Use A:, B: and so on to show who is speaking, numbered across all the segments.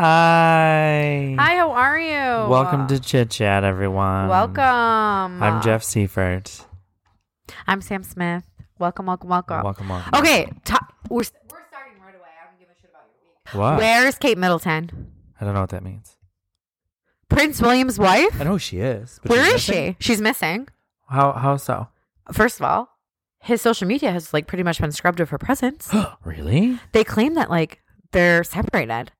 A: Hi.
B: Hi, how are you?
A: Welcome to Chit Chat, everyone.
B: Welcome.
A: I'm Jeff Seifert.
B: I'm Sam Smith. Welcome, welcome, welcome.
A: Welcome, welcome.
B: Okay, to- we're we're starting right away. I don't give a shit about your week.
A: What?
B: Where is Kate Middleton?
A: I don't know what that means.
B: Prince William's wife?
A: I know who she is. but
B: Where
A: she's
B: is
A: missing?
B: she? She's missing.
A: How how so?
B: First of all, his social media has like pretty much been scrubbed of her presence.
A: really?
B: they claim that like they're separated.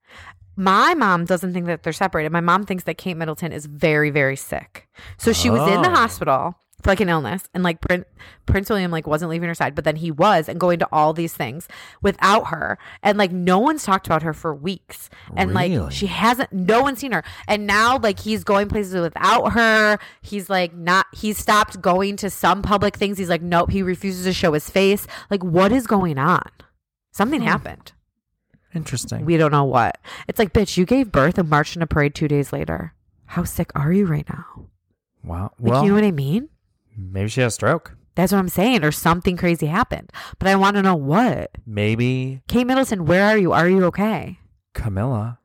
B: My mom doesn't think that they're separated. My mom thinks that Kate Middleton is very, very sick. So she was in the
A: Oh.
B: hospital for like an illness, and like Prince Prince William like wasn't leaving her side, but then he was, and going to all these things without her, and like no one's talked about her for weeks, and
A: Really?
B: like she hasn't, no one's seen her, and now like he's going places without her. He's like not, he's stopped going to some public things. He's like, nope, he refuses to show his face. Like, what is going on? Something happened.
A: Interesting.
B: We don't know what. It's like, bitch, you gave birth and marched in a parade two days later. How sick are you right now?
A: wow.
B: Like,
A: Well,
B: you know what I mean?
A: maybe she had a stroke.
B: That's what I'm saying. Or something crazy happened. But I want to know what.
A: Maybe
B: Kate Middleton, where are you? Are you okay?
A: Camilla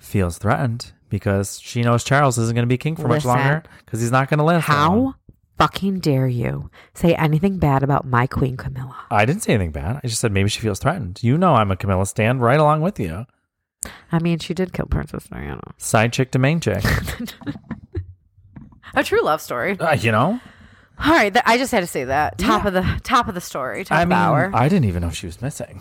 A: feels threatened because she knows Charles isn't going to be king for much
B: Listen.
A: longer because he's not going to live. that long.
B: How fucking dare you say anything bad about my queen Camilla?
A: I didn't say anything bad. I just said maybe she feels threatened. You know, I'm a Camilla stand right along with you.
B: I mean, she did kill Princess Diana.
A: Side chick to main chick.
B: A true love story.
A: Uh, you know.
B: All right, th- I just had to say that. Top of the top of the story, top
A: I uh
B: of the hour.
A: I didn't even know she was missing.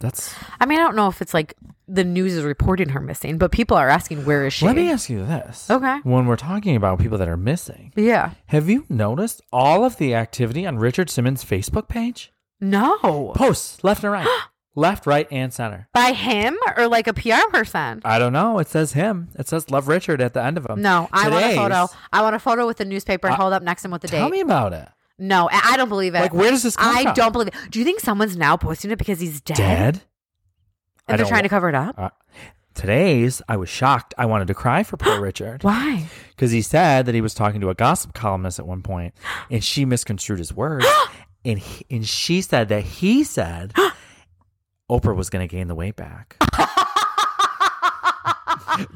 A: That's.
B: I mean, I don't know if it's like the news is reporting her missing, but people are asking where is she?
A: Let me ask you this.
B: Okay.
A: When we're talking about people that are missing,
B: Yeah.
A: have you noticed all of the activity on Richard Simmons' Facebook page?
B: No.
A: Posts left and right, left, right, and center.
B: By him or like a PR person?
A: I don't know. It says him. It says "Love Richard" at the end of him.
B: No, I want a
A: Um, Today's-
B: photo. I want a photo with the newspaper
A: I-
B: held up next to him with the
A: Tell
B: date.
A: me about it.
B: no, I I don't believe it.
A: Like, where does this come
B: I
A: from?
B: don't believe it. Do you think someone's now posting it because he's dead?
A: Dead. I
B: And they're
A: don't-
B: trying to cover it up?
A: Uh, today's, I was shocked. I wanted to cry for poor Richard
B: Why?
A: because he said that he was talking to a gossip columnist at one point, and she misconstrued his words, and he, and she said that he said Oprah was going to gain the weight back.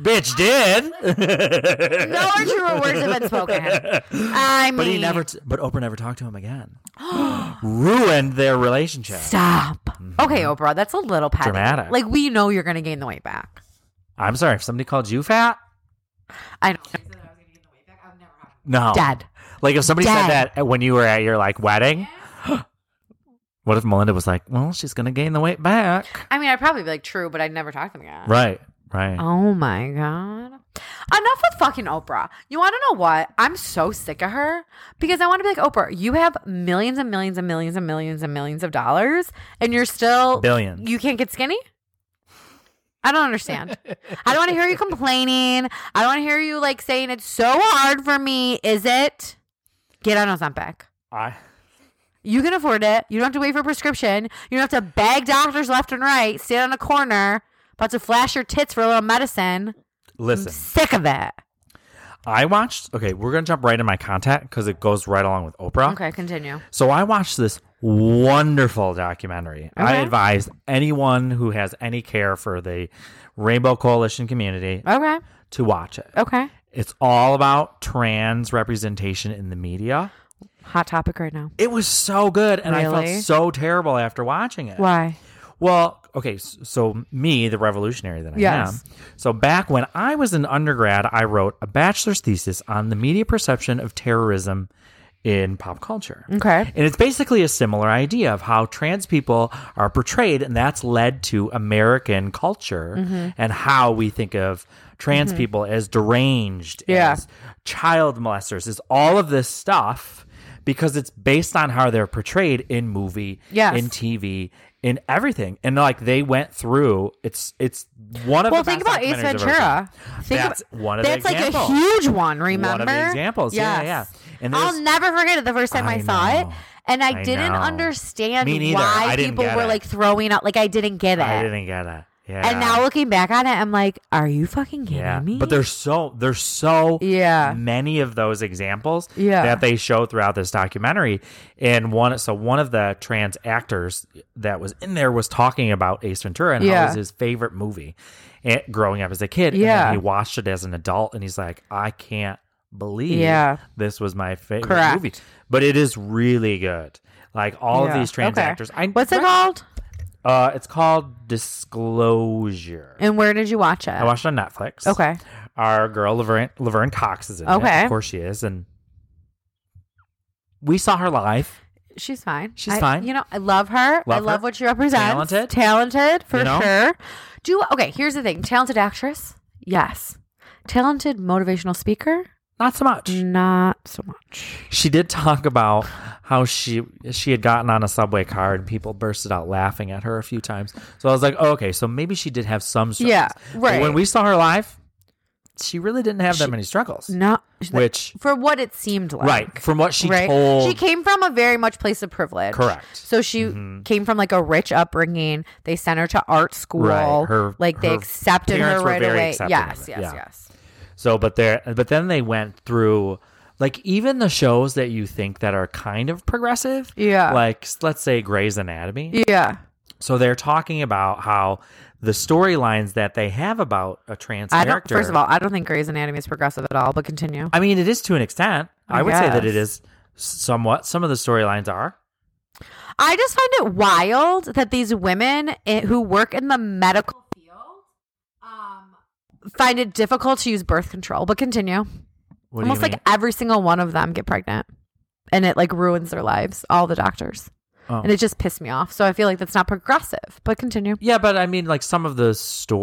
A: Bitch did.
B: No truer words have been spoken. I mean,
A: But he never. T- but Oprah never talked to him again. Ruined their relationship.
B: Stop. Okay, Oprah, that's a little petty.
A: Mm-hmm. Dramatic.
B: Like, we know you're going to gain the weight back.
A: I'm sorry if somebody called you fat.
B: I don't.
A: No.
B: Dead.
A: Like if somebody said
B: Dead.
A: that at- when you were at your like wedding, what if Melinda was like, "Well, she's gonna gain the weight back."
B: I mean, I'd probably be like, true, but I'd never talk to them again.
A: Right. Right.
B: Oh my god. Enough with fucking Oprah. You want to know what? I'm so sick of her because I want to be like Oprah. You have millions and millions and millions and millions and millions of dollars and you're still
A: Billions.
B: You can't get skinny? I don't understand. I don't want to hear you complaining. I don't want to hear you like saying it's so hard for me. Is it? Get on Ozempic.
A: I.
B: You can afford it. You don't have to wait for a prescription. You don't have to beg doctors left and right, stand on a corner, about to flash your tits for a little medicine.
A: Listen,
B: Sick of it.
A: I watched. Okay, we're gonna jump right in my contact because it goes right along with Oprah.
B: Okay, continue.
A: So I watched this wonderful documentary. I
B: Okay.
A: advise anyone who has any care for the Rainbow Coalition community
B: Okay.
A: to watch it.
B: Okay.
A: It's all about trans representation in the media.
B: Hot topic right now.
A: It was so good, and I
B: Really?
A: felt so terrible after watching it.
B: Why?
A: Well, okay, s- so me, the revolutionary that I
B: Yes.
A: am. So back when I was an undergrad, I wrote a bachelor's thesis on the media perception of terrorism in pop culture.
B: Okay.
A: And it's basically a similar idea of how trans people are portrayed, and that's led to American culture
B: Mm-hmm.
A: and how we think of trans people as deranged,
B: Yeah.
A: as child molesters, as all of this stuff because it's based on how they're portrayed in movie,
B: Yes.
A: in TV, in everything. And like they went through it's it's one of
B: Well,
A: the
B: think
A: best
B: about Ace
A: documentaries I've ever
B: Ventura.
A: seen.
B: Think
A: that's
B: about,
A: one of
B: that's
A: the
B: like
A: examples.
B: a huge one. Remember
A: One of the examples. Yeah, yeah. And
B: I'll
A: there's-
B: never forget it the first time I,
A: I
B: saw it,
A: know.
B: and I,
A: I
B: didn't
A: know.
B: understand
A: Me neither.
B: why
A: I didn't
B: people
A: get
B: were
A: it.
B: like throwing up. Like I didn't get it.
A: I didn't get it. Yeah.
B: And now looking back on it, I'm like, are you fucking kidding
A: yeah.
B: me?
A: But there's so there's so
B: yeah,
A: many of those examples
B: Yeah.
A: that they show throughout this documentary. And one so one of the trans actors that was in there was talking about Ace Ventura and how
B: Yeah.
A: it was his favorite movie and growing up as a kid. And
B: Yeah.
A: then he watched it as an adult and he's like, I can't believe
B: Yeah.
A: this was my favorite
B: Correct.
A: movie. But it is really good. Like all
B: Yeah.
A: of these trans
B: Okay.
A: actors. I,
B: What's it called?
A: Uh, it's called Disclosure.
B: And where did you watch it?
A: I watched it on Netflix
B: okay.
A: our girl Laverne, Laverne Cox is in it.
B: Okay.
A: Of course she is, and we saw her live.
B: She's fine.
A: She's
B: I-
A: fine.
B: You know, I love her. I
A: Love
B: love
A: her.
B: what she represents.
A: Talented.
B: Talented for
A: You know?
B: sure. Do okay, here's the thing. Talented actress? Yes. Talented motivational speaker?
A: Not so much.
B: Mm. Not so much.
A: She did talk about how she she had gotten on a subway car and people bursted out laughing at her a few times. So I was like, oh, okay, so maybe she did have some struggles.
B: Yeah,
A: But
B: right.
A: when we saw her live, she really didn't have that many struggles.
B: Not
A: Which
B: for what it seemed like.
A: right from what she
B: right?
A: told,
B: She came from a very much place of privilege.
A: Correct. Mm-hmm.
B: So she came from like a rich upbringing. They sent her to art school.
A: Right. Her-
B: like they
A: her
B: accepted her
A: parents were
B: right
A: very
B: away.
A: accepting of it.
B: Yes, yes,
A: Yeah.
B: yes.
A: So, but there, but then they went through like even the shows that you think that are kind of progressive.
B: Yeah.
A: Like s- let's say Grey's Anatomy.
B: Yeah.
A: So they're talking about how the storylines that they have about a trans
B: I don't
A: character.
B: first of all, I don't think Grey's Anatomy is progressive at all, but continue.
A: I mean, it is to an extent. I, would say that
B: Yes.
A: it is somewhat. Some of the storylines are.
B: I just find it wild that these women i- who work in the medical field um, find it difficult to use birth control. But continue.
A: What do you
B: Almost like
A: mean?
B: every single one of them get pregnant, and it like ruins their lives. All the doctors,
A: Oh.
B: and it just pissed me off. So I feel like that's not progressive. But continue.
A: Yeah, but I mean, like some of the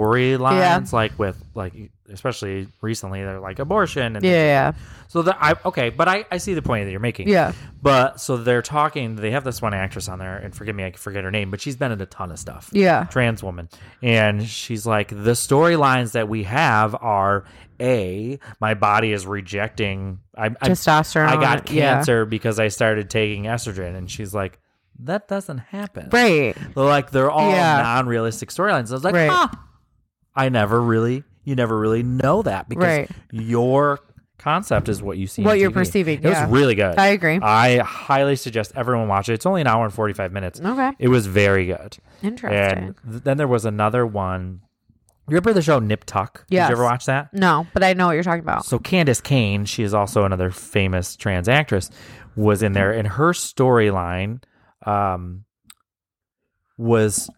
A: storylines, like with like especially recently, they're like abortion and
B: Yeah,
A: So that I okay, but I, I see the point that you're making.
B: Yeah.
A: But so they're talking. They have this one actress on there, and forgive me, I forget her name, but she's been in a ton of stuff.
B: Yeah.
A: Trans woman, and she's like, the storylines that we have are a my body is rejecting. I, I
B: Testosterone,
A: I got
B: yeah.
A: cancer because I started taking estrogen, and she's like, that doesn't happen.
B: right.
A: Like they're all
B: Yeah.
A: non-realistic storylines. I was like,
B: Right.
A: huh, I never really, you never really know that because
B: Right.
A: your concept is what you see.
B: What
A: on
B: you're
A: TV.
B: perceiving,
A: It was
B: yeah.
A: really good.
B: I agree.
A: I highly suggest everyone watch it. It's only an hour and forty five minutes.
B: Okay.
A: It was very good.
B: Interesting.
A: And th- then there was another one. You remember the show Nip Tuck?
B: Yes.
A: Did you ever watch that?
B: no, but I know what you're talking about.
A: So Candace Kane, she is also another famous trans actress, was in there, and her storyline um, was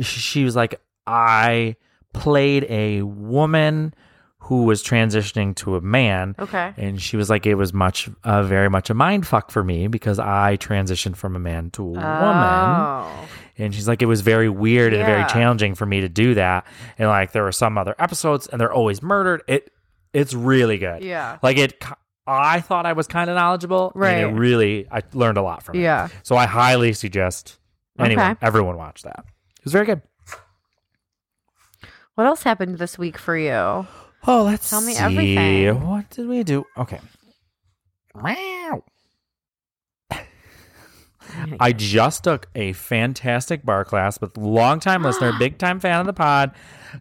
A: she was like, I played a woman who was transitioning to a man.
B: Okay.
A: And she was like, it was much, uh, very much a mind fuck for me because I transitioned from a man to a woman.
B: Oh.
A: And she's like, it was very weird and very
B: Yeah.
A: challenging for me to do that. And like, there were some other episodes, and they're always murdered. It, it's really good.
B: Yeah.
A: Like it, ki- I thought I was kind of knowledgeable.
B: Right.
A: And it really, I learned a lot from it.
B: Yeah.
A: So I highly suggest anyone,
B: Okay.
A: everyone watch that. It was very good.
B: What else happened this week for you?
A: Oh, let's
B: Tell me
A: see.
B: everything.
A: What did we do? Okay. Meow. I just took a fantastic bar class with longtime listener, big time fan of the pod,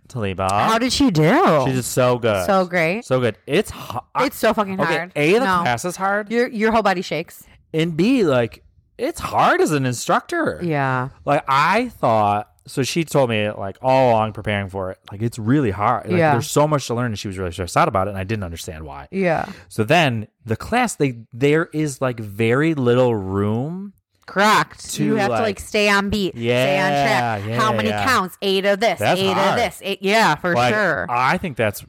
A: Taliba.
B: How did she do?
A: She did so good.
B: so great.
A: So good. It's hard.
B: it's so fucking
A: okay,
B: hard.
A: A, the
B: no.
A: class is hard.
B: Your your whole body shakes.
A: And B, like, it's hard as an instructor.
B: Yeah.
A: Like, I thought, so she told me, like, all along preparing for it, like, it's really hard. Like,
B: Yeah.
A: There's so much to learn. And she was really stressed out about it. And I didn't understand why.
B: Yeah.
A: So then the class, they there is like very little room.
B: Correct.
A: To,
B: you have to
A: like-
B: like stay on beat.
A: Yeah,
B: Stay on track.
A: yeah,
B: How many
A: yeah.
B: counts? Eight of this.
A: That's
B: eight
A: hard.
B: of this. Eight, yeah, for
A: Like,
B: sure.
A: I think that's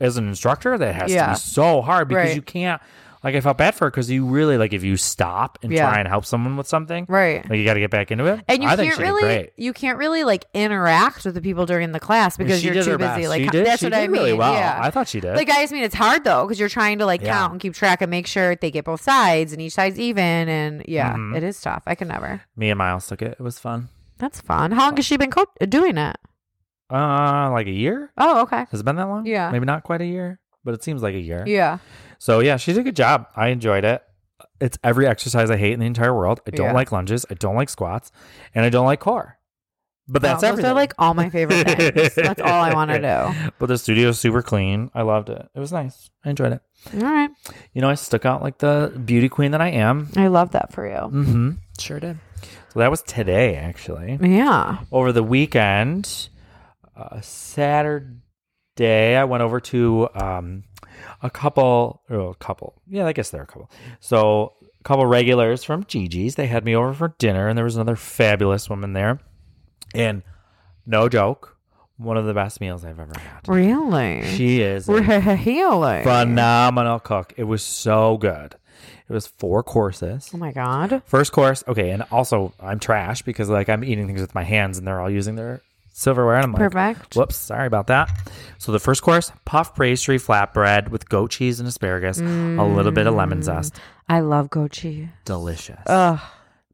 A: as an instructor that has to
B: Yeah.
A: be so hard because
B: Right.
A: you can't. Like I felt bad for her because you really like if you stop and
B: Yeah.
A: try and help someone with something,
B: right.
A: Like you got to get back into it.
B: and you
A: I think
B: can't
A: she did
B: really
A: great.
B: you can't really like interact with the people during the class because
A: she
B: you're
A: did
B: too
A: her
B: busy.
A: best.
B: Like
A: She did-
B: that's
A: she
B: what
A: did
B: I mean.
A: really well.
B: Yeah.
A: I thought she did.
B: Like I just mean it's hard though because you're trying to like
A: Yeah.
B: count and keep track and make sure they get both sides and each side's even and yeah,
A: Mm-hmm.
B: it is tough. I could never.
A: Me and Miles took it. It was fun.
B: That's fun. How long has she been co- doing it?
A: Uh, like a year?
B: Oh, okay.
A: Has it been that long?
B: Yeah.
A: Maybe not quite a year, but it seems like a year.
B: Yeah.
A: So yeah, she did a good job. I enjoyed it. It's every exercise I hate in the entire world. I don't
B: Yeah.
A: like lunges. I don't like squats, and I don't like core. But that's
B: Wow, those
A: everything.
B: are like all my favorite things. that's all I want to do.
A: but the studio is super clean. I loved it. It was nice. I enjoyed it.
B: All right,
A: You know, I stuck out like the beauty queen that I am.
B: I love that for you.
A: Mm-hmm. Sure did. So that was today, actually.
B: Yeah.
A: Over the weekend, uh, Saturday, I went over to um, a couple, oh, a couple. Yeah, I guess they're a couple. So a couple regulars from Gigi's. They had me over for dinner, and there was another fabulous woman there. And no joke, one of the best meals I've ever had.
B: Really?
A: She is a
B: really?
A: phenomenal cook. It was so good. It was four courses.
B: Oh my god.
A: First course, okay, and also I'm trash because like I'm eating things with my hands and they're all using their silverware and I'm like,
B: Perfect.
A: whoops, sorry about that. So the first course, puff pastry flatbread with goat cheese and asparagus, a little bit of
B: Mm.
A: lemon zest,
B: I love goat cheese.
A: delicious,
B: Ugh.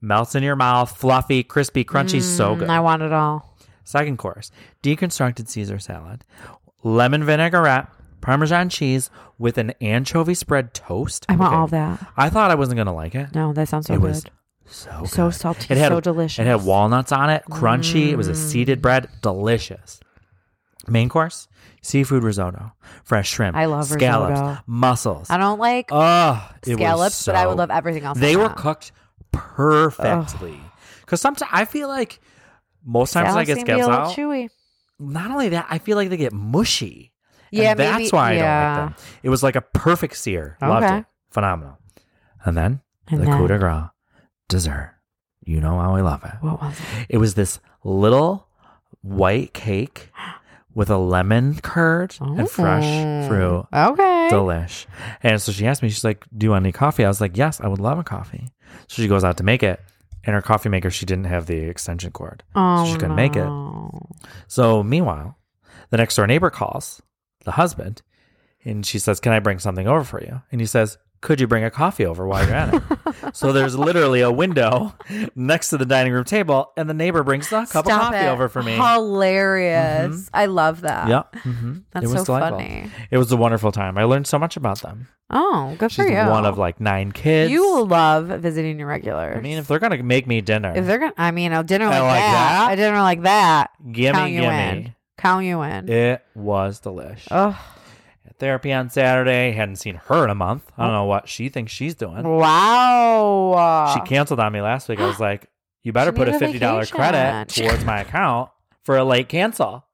A: melts in your mouth, fluffy, crispy, crunchy, so good.
B: I want it all.
A: Second course, deconstructed Caesar salad, lemon vinaigrette, Parmesan cheese with an anchovy spread toast.
B: I want
A: Okay.
B: all that.
A: I thought I wasn't gonna like it.
B: No, that sounds so
A: It
B: good.
A: was so
B: so
A: good.
B: salty,
A: It had-
B: so delicious. Mm.
A: It had walnuts on it, crunchy. It was a seeded bread, delicious. Main course: seafood risotto, fresh shrimp.
B: I love
A: scallops,
B: risotto.
A: mussels.
B: I don't like
A: Oh, it was
B: scallops, but I would
A: so-
B: love everything else.
A: They
B: on
A: were
B: that.
A: cooked perfectly. Because sometimes I feel like most times I
B: Scallops
A: get
B: can be a little
A: scallops out.
B: chewy.
A: Not only that, I feel like they get mushy. And
B: Yeah,
A: that's
B: maybe-
A: why I
B: yeah.
A: don't like them. It was like a perfect sear. Loved
B: Okay.
A: it. Phenomenal. And then
B: And
A: the coup de
B: then,
A: grace dessert. You know how I love it.
B: what was it?
A: It was this little white cake with a lemon curd and fresh
B: Ooh.
A: fruit.
B: Oh. Okay.
A: Delish. And so she asked me, she's like, Do you want any coffee? I was like, Yes, I would love a coffee. So she goes out to make it. And her coffee maker, she didn't have the extension cord.
B: oh,
A: she
B: no.
A: couldn't make it. So meanwhile, the next door neighbor calls the husband and she says, Can I bring something over for you? And he says, Could you bring a coffee over while you're at it? so there's literally a window next to the dining room table, and the neighbor brings the cup
B: Stop
A: of coffee
B: it.
A: over for me. Mm-hmm.
B: Hilarious. I love that.
A: Yeah. hmm
B: That's so funny.
A: It was a wonderful time. I learned so much about them.
B: Oh, good
A: She's
B: for you.
A: one of like nine kids.
B: You will love visiting your regulars.
A: I mean, if they're going to make me dinner,
B: If they're gonna, I mean, a dinner
A: I
B: like,
A: like
B: that,
A: that.
B: a dinner like that, count
A: gimme,
B: you
A: gimme.
B: in, Oh. count you in.
A: It was delish.
B: Ugh.
A: Therapy on Saturday. Hadn't seen her in a month. I don't know what she thinks she's doing.
B: Oh. wow.
A: she canceled on me last week. I was like, "You better
B: She
A: put a
B: needs a
A: fifty dollars credit
B: vacation.
A: towards my account for a late cancel,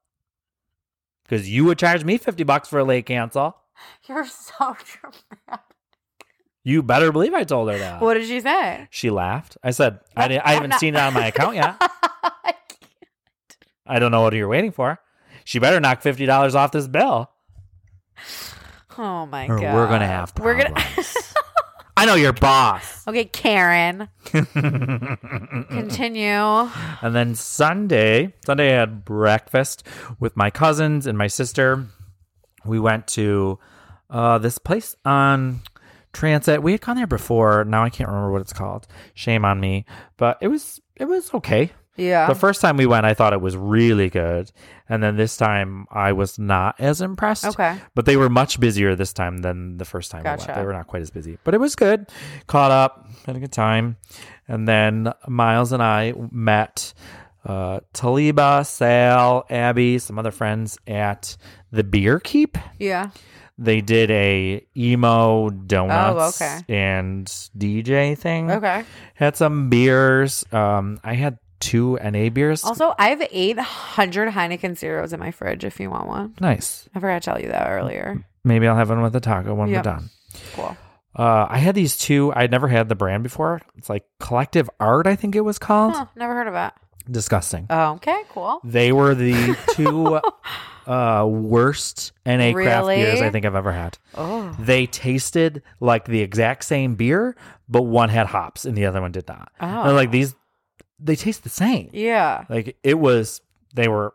A: because you would charge me fifty bucks for a late cancel."
B: You're so dramatic.
A: You better believe I told her that.
B: What did she say?
A: She laughed. I said, "I didn't. I
B: I'm
A: haven't
B: not-
A: seen it on my account yet. I don't know what you're waiting for." She better knock fifty dollars off this bill,
B: oh my
A: or
B: god.
A: we're gonna have
B: We're
A: problems.
B: gonna.
A: I know your boss.
B: okay, Karen. Continue.
A: And then Sunday, Sunday I had breakfast with my cousins and my sister. We went to uh, this place on Transit. We had gone there before. Now I can't remember what it's called. Shame on me. But it was it was okay.
B: Yeah.
A: The first time we went, I thought it was really good, and then this time I was not as impressed.
B: Okay.
A: but they were much busier this time than the first time we
B: Gotcha.
A: went. They were not quite as busy, but it was good. Caught up, had a good time, and then Miles and I met uh, Taliba, Sal, Abby, some other friends at the Beer Keep.
B: yeah.
A: They did a emo donuts
B: Oh, okay.
A: and DJ thing.
B: Okay.
A: Had some beers. Um, I had two NA beers.
B: Also, I have 800 Heineken Zeros in my fridge if you want one.
A: nice.
B: I forgot to tell you that earlier.
A: Maybe I'll have one with a taco when
B: Yep.
A: we're done.
B: Cool.
A: Uh, I had these two. I'd never had the brand before. It's like Collective Art, I think it was called.
B: Huh, never heard of it.
A: Disgusting.
B: Oh, okay, cool.
A: They were the two uh, worst NA craft
B: Really?
A: beers I think I've ever had.
B: Oh.
A: They tasted like the exact same beer, but one had hops and the other one did not. And
B: Oh.
A: like these, they taste the same.
B: Yeah.
A: Like it was, they were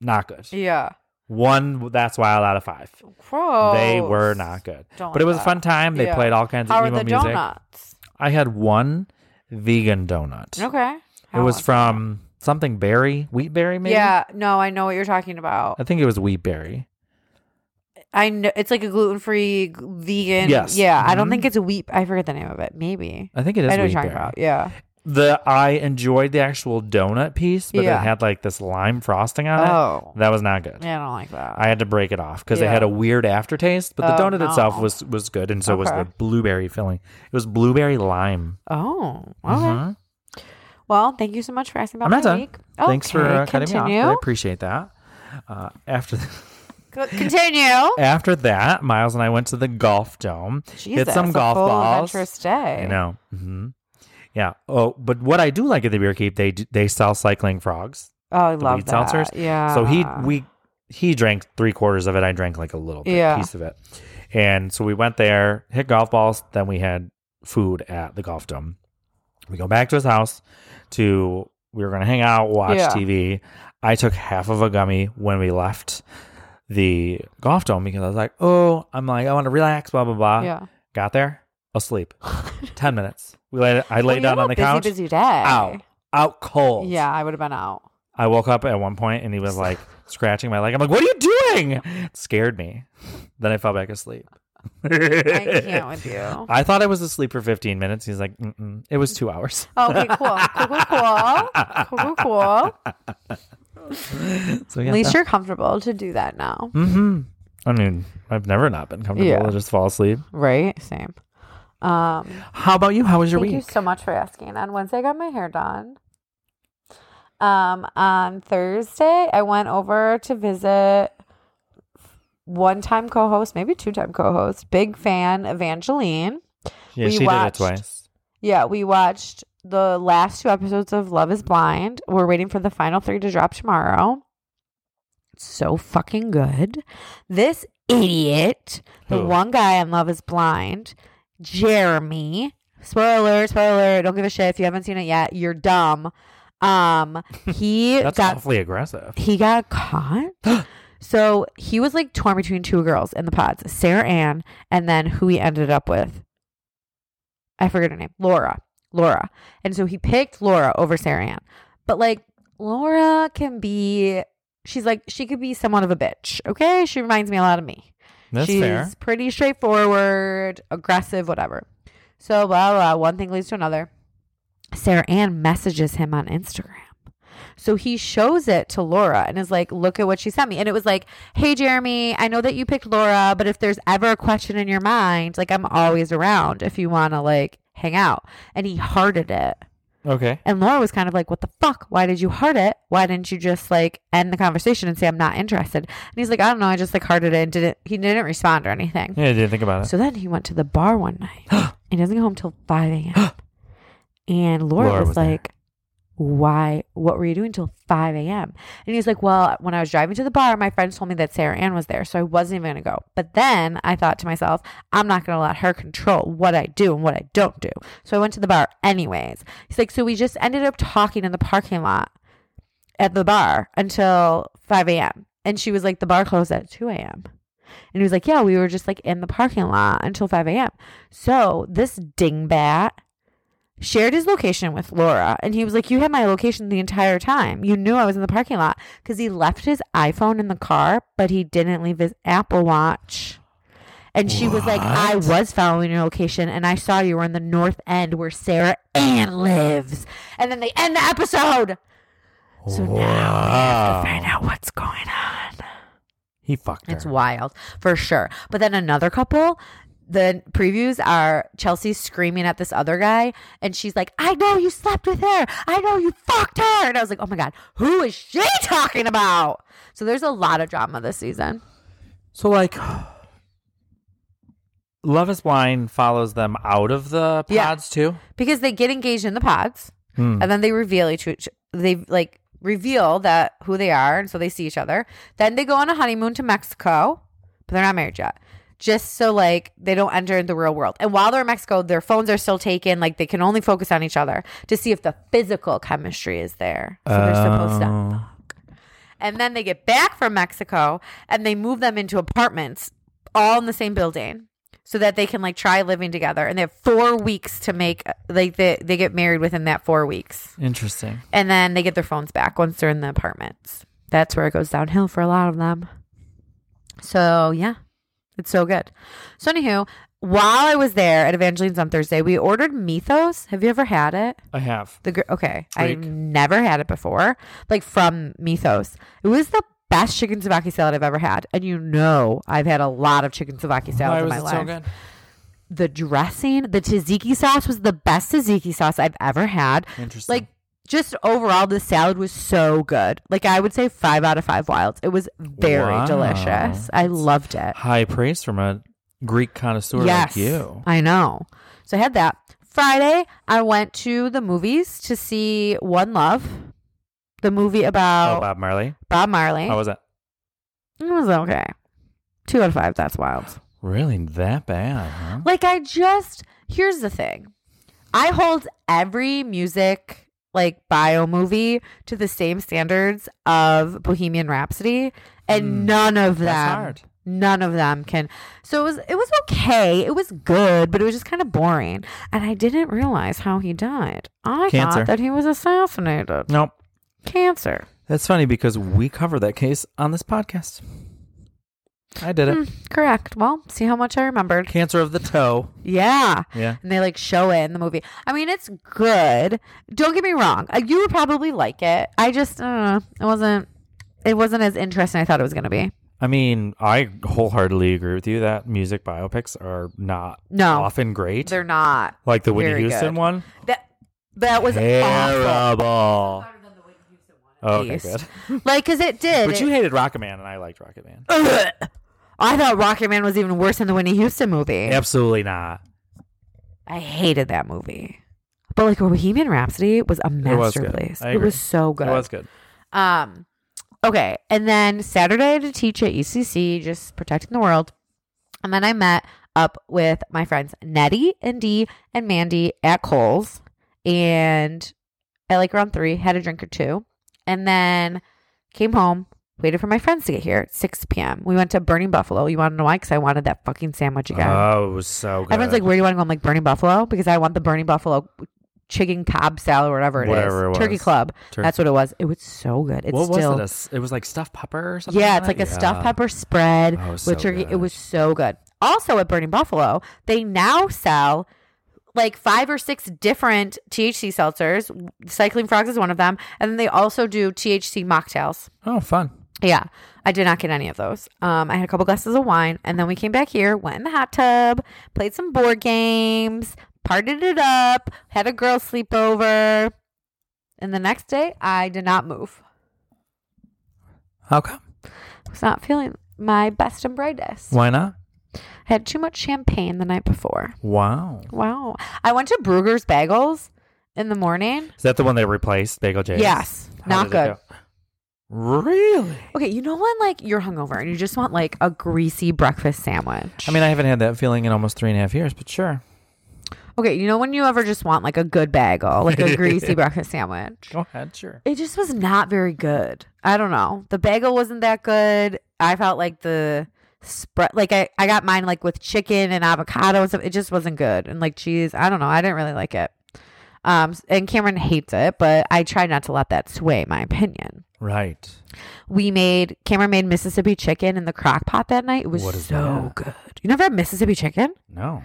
A: not good.
B: Yeah.
A: One that's wild out of five.
B: Gross.
A: They were not good,
B: Don't
A: but it
B: like
A: was a
B: that.
A: fun time. They
B: Yeah.
A: played all kinds
B: How
A: of
B: are
A: emo
B: the
A: music.
B: donuts?
A: I had one vegan donut.
B: Okay.
A: It
B: How
A: was from something berry, wheat berry, maybe.
B: Yeah. No, I know what you're talking about.
A: I think it was wheat berry.
B: I know it's like a gluten free vegan.
A: Yes.
B: Yeah. I don't
A: Mhm.
B: think it's a wheat. I forget the name of it. Maybe.
A: I think it is
B: I know what
A: wheat
B: you're talking
A: berry.
B: about. Yeah.
A: the I enjoyed the actual donut piece, but
B: Yeah.
A: it had like this lime frosting on
B: Oh.
A: it. That was not good.
B: Yeah, I don't like that.
A: Uh, I had to break it off because it
B: Yeah.
A: had a weird aftertaste, but the
B: Oh,
A: donut itself
B: no.
A: was was good, and so was
B: Okay.
A: the blueberry filling. It was blueberry lime.
B: oh, okay.
A: Mhm.
B: Well, thank you so much for asking about
A: I'm not
B: my
A: done.
B: week.
A: Thanks for
B: Okay,
A: uh, cutting me
B: continue.
A: off. I appreciate that. Uh, after
B: Co- Continue.
A: after that, Miles and I went to the golf dome.
B: Jesus,
A: hit some
B: a
A: golf
B: full
A: balls.
B: adventurous day.
A: I know. hmm Yeah. Oh, but what I do like at the beer keep, they d- they sell cycling frogs.
B: Oh, I love
A: weed
B: that.
A: seltzers.
B: Yeah.
A: so he we he drank three quarters of it. I drank like a little bit,
B: Yeah.
A: piece of it. And so we went there, hit golf balls. Then we had food at the golf dome. We go back to his house to we were gonna hang out, watch
B: Yeah.
A: TV. I took half of a gummy when we left the golf dome because I was like, oh, I'm like I want to relax, blah blah blah.
B: yeah.
A: Got there, asleep. Ten minutes. We laid. I laid down on the
B: busy,
A: couch.
B: Busy day.
A: Out. Out cold.
B: Yeah, I would have been out.
A: I woke up at one point and he was like scratching my leg. I'm like, what are you doing? It scared me. Then I fell back asleep.
B: I can't with you.
A: I thought I was asleep for 15 minutes. He's like, Mm-mm. it was two hours.
B: Oh, Okay, cool. Cool, cool, cool. Cool, cool, cool.
A: So
B: At
A: yeah,
B: least you're comfortable to do that now.
A: hmm I mean, I've never not been comfortable.
B: Yeah.
A: I just fall asleep.
B: Right? Same. Um,
A: How about you? How was your
B: thank you
A: week?
B: so much for asking. On Wednesday, I got my hair done. Um, on Thursday, I went over to visit one-time co-host, maybe two-time co-host, big fan Evangeline.
A: yeah,
B: we
A: she
B: watched-
A: did it twice.
B: Yeah, we watched the last two episodes of Love is Blind. We're waiting for the final three to drop tomorrow. So fucking good. This idiot, the
A: Who?
B: one guy on Love is Blind, Jeremy. Spoiler, spoiler, don't give a shit if you haven't seen it yet. You're dumb. Um he
A: That's
B: got
A: awfully aggressive.
B: he got caught. so he was like torn between two girls in the pods, Sarah Ann, and then who he ended up with. I forget her name, Laura. Laura. And so he picked Laura over Sarah Ann. But like Laura can be, she's like, she could be somewhat of a bitch. Okay. She reminds me a lot of me.
A: That's
B: She's
A: fair.
B: pretty straightforward, aggressive, whatever. So blah blah. One thing leads to another. Sarah Ann messages him on Instagram. So he shows it to Laura and is like, look at what she sent me. And it was like, hey, Jeremy, I know that you picked Laura, but if there's ever a question in your mind, like I'm always around if you want to like hang out. And he hearted it.
A: Okay.
B: And Laura was kind of like, What the fuck? Why did you heart it? Why didn't you just like end the conversation and say I'm not interested? And he's like, I don't know, I just like hearted it and didn't he didn't respond or anything.
A: Yeah, I didn't think about it.
B: So then he went to the bar one night and doesn't get home till five AM. and Laura,
A: Laura
B: was,
A: was there.
B: like, Why what were you doing till five AM? And he's like, Well, when I was driving to the bar, my friends told me that Sarah Ann was there, so I wasn't even gonna go. But then I thought to myself, I'm not gonna let her control what I do and what I don't do. So I went to the bar anyways. He's like, so we just ended up talking in the parking lot at the bar until 5 a.m. And she was like, the bar closed at 2 a.m. And he was like, yeah, we were just like in the parking lot until 5 a.m. So this dingbat shared his location with Laura. And he was like, you had my location the entire time. You knew I was in the parking lot because he left his iPhone in the car, but he didn't leave his Apple Watch. And she was like, I
A: What?
B: was following your location and I saw you were in the north end where Sarah Ann lives. And then they end the episode. So now we have
A: Wow.
B: to find out what's going on.
A: he fucked her.
B: It's wild for sure. But then another couple, the previews are Chelsea screaming at this other guy, and she's like, I know you slept with her. I know you fucked her. And I was like, oh my God, who is she talking about? So there's a lot of drama this season.
A: So like Love is Blind follows them out of the pods
B: Yeah.
A: too.
B: because they get engaged in the pods
A: Hmm.
B: and then they reveal each, each they like reveal that who they are and so they see each other then they go on a honeymoon to mexico but they're not married yet just so like they don't enter the real world and while they're in mexico their phones are still taken like they can only focus on each other to see if the physical chemistry is there so they're supposed to
A: Oh.
B: and then they get back from mexico and they move them into apartments all in the same building so that they can like try living together and they have four weeks to make like they, they get married within that four weeks
A: Interesting.
B: and then they get their phones back once they're in the apartments that's where it goes downhill for a lot of them so yeah It's so good. So anywho, while I was there at Evangeline's on Thursday, we ordered Mythos. Have you ever had it?
A: I have.
B: The gr- okay,
A: Greek.
B: I've never had it before. Like from Mythos, it was the best chicken souvlaki salad I've ever had, and you know I've had a lot of chicken souvlaki salads
A: Why
B: in
A: was
B: my
A: it
B: life.
A: so good?
B: The dressing, the tzatziki sauce was the best tzatziki sauce I've ever had.
A: Interesting.
B: Like just overall, the salad was so good. Like I would say five out of five wilds. It was very
A: Wow.
B: delicious. I loved it.
A: high praise from a Greek connoisseur like you.
B: I know. So I had that. Friday, I went to the movies to see One Love, the movie about
A: Oh, Bob Marley.
B: Bob Marley.
A: How was that?
B: it was okay. Two out of five. That's wild.
A: Really that bad? Huh?
B: Like I just here's the thing. I hold every music like bio movie to the same standards of Bohemian Rhapsody and
A: Hmm.
B: none of them
A: That's hard.
B: none of them can so it was it was okay it was good but it was just kind of boring and i didn't realize how he died i
A: Cancer.
B: thought that he was assassinated
A: Nope.
B: cancer
A: That's funny because we cover that case on this podcast. I did it.
B: Hmm, correct well see how much i remembered
A: Cancer of the toe.
B: yeah
A: Yeah.
B: and they like show it in the movie. I mean, it's good. Don't get me wrong. Uh, You would probably like it. I just, uh, it wasn't, it wasn't as interesting I thought it was going to be.
A: I mean, I wholeheartedly agree with you that music biopics are not
B: No.
A: often great.
B: They're not.
A: like the Whitney
B: very
A: Houston
B: good.
A: one.
B: That that was
A: Terrible.
B: awful.
A: Okay,
B: Nice.
A: good.
B: Like, cause it did.
A: But
B: it-
A: you hated Rocket Man and I liked Rocket Man.
B: I thought Rocket Man was even worse than the Whitney Houston movie.
A: Absolutely not.
B: I hated that movie. But like Bohemian Rhapsody was a
A: was good.
B: masterpiece.
A: I
B: It
A: agree.
B: was so good.
A: It was good.
B: Um, okay, and then Saturday I had to teach at ECC, just protecting the world, and then I met up with my friends Nettie and Dee and Mandy at Cole's, and at like around three had a drink or two, and then came home. Waited for my friends to get here at 6 p.m. We went to Burning Buffalo. You want to know why? Because I wanted that fucking sandwich again.
A: Oh, it was so good.
B: Everyone's like, "Where do you want to go?" I'm like, "Burning Buffalo," because I want the Burning Buffalo chicken cob salad, or whatever it is,
A: Whatever it
B: Turkey
A: was.
B: Club.
A: Tur-
B: That's what it was. It was so good. It's
A: what
B: still
A: was it? A, it was like stuffed pepper or something.
B: yeah, it's like a
A: that?
B: stuffed
A: Yeah.
B: pepper spread
A: Oh,
B: with
A: so
B: turkey. It
A: good.
B: was so good. Also at Burning Buffalo, they now sell like five or six different THC seltzers. Cycling Frogs is one of them, and then they also do THC mocktails.
A: Oh, fun.
B: Yeah, I did not get any of those. Um, I had a couple glasses of wine, and then we came back here, went in the hot tub, played some board games, partied it up, had a girl sleepover, and the next day I did not move.
A: How come?
B: I was not feeling my best and brightest.
A: Why not?
B: Had too much champagne the night before.
A: Wow.
B: Wow. I went to Brugger's Bagels in the morning.
A: Is that the one they replaced Bagel J's?
B: Yes.
A: How
B: Not
A: did it
B: good.
A: go? Really?
B: Okay, you know when like you're hungover and you just want like a greasy breakfast sandwich.
A: I mean, I haven't had that feeling in almost three and a half years, but sure.
B: okay, you know when you ever just want like a good bagel, like a greasy breakfast sandwich.
A: Go ahead, sure.
B: It just was not very good. I don't know. The bagel wasn't that good. I felt like the spread like I, I got mine like with chicken and avocado and stuff. It just wasn't good. And like cheese. I don't know. I didn't really like it. Um and Cameron hates it, but I try not to let that sway my opinion.
A: Right.
B: We made Cameron made Mississippi chicken in the crock pot that night. It was
A: What is
B: so
A: that?
B: good. You never had Mississippi chicken?
A: No.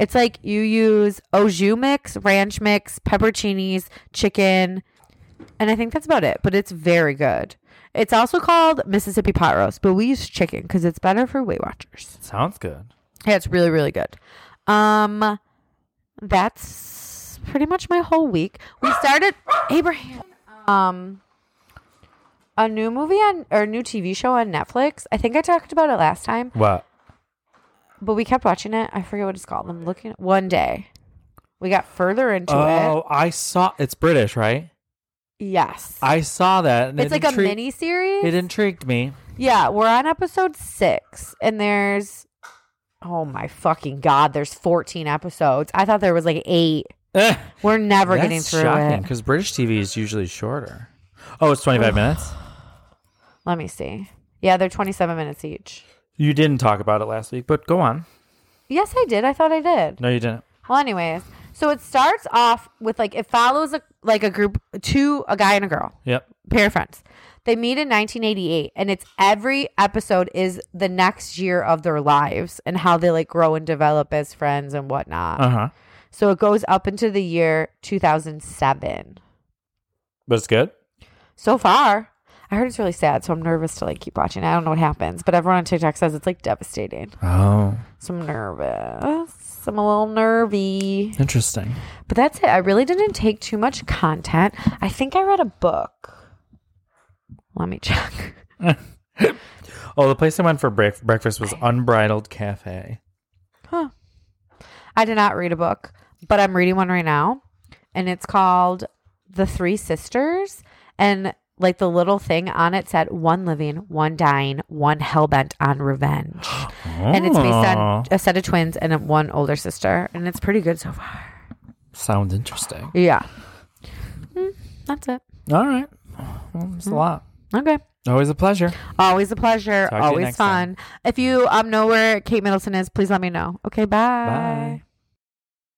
B: It's like you use au jus mix, ranch mix, pepperoncinis, chicken, and I think that's about it. But it's very good. It's also called Mississippi pot roast, but we use chicken because it's better for Weight Watchers.
A: Sounds good.
B: Yeah, it's really really good. Um, that's pretty much my whole week. We started Abraham. Um. A new movie on or new TV show on Netflix. I think I talked about it last time,
A: What?
B: but we kept watching it. I forget what it's called. I'm looking at one day. We got further into
A: Oh, I saw. It's British, right?
B: it. Yes.
A: I saw that. And
B: it's
A: it
B: like a
A: intri-
B: mini series.
A: It intrigued me.
B: yeah, we're on episode six and there's oh my fucking god, there's fourteen episodes. I thought there was like eight.
A: Eh,
B: We're never
A: that's
B: getting through
A: shocking
B: it.
A: because British TV is usually shorter. Oh, it's 25 minutes?
B: Let me see. Yeah, they're twenty seven minutes each.
A: You didn't talk about it last week, but go on.
B: Yes, I did. I thought I did.
A: No, you didn't.
B: Well, anyways, so it starts off with like it follows a like a group two a guy and a girl.
A: Yep.
B: pair of friends. They meet in 1988, and it's every episode is the next year of their lives and how they like grow and develop as friends and whatnot.
A: Uh huh.
B: So it goes up into the year 2007.
A: But it's good.
B: So far, I heard it's really sad, so I'm nervous to like keep watching. I don't know what happens, but everyone on TikTok says it's like devastating.
A: Oh,
B: So I'm nervous. I'm a little nervy.
A: interesting.
B: But that's it. I really didn't take too much content. I think I read a book. Let me check.
A: Oh, the place I went for break- breakfast was Unbridled Cafe.
B: I did not read a book, but I'm reading one right now, and it's called The Three Sisters. And like the little thing on it said, one living, one dying, one hellbent on revenge. And it's based
A: Oh.
B: on a set of twins and one older sister. And it's pretty good so far.
A: Sounds interesting.
B: Yeah. Mm, that's it.
A: All right. Well, it's a lot.
B: Okay.
A: Always a pleasure.
B: Always a pleasure.
A: Talk to you
B: Always
A: next time.
B: fun. If you um know where Kate Middleton is, please let me know. Okay, bye.
A: Bye.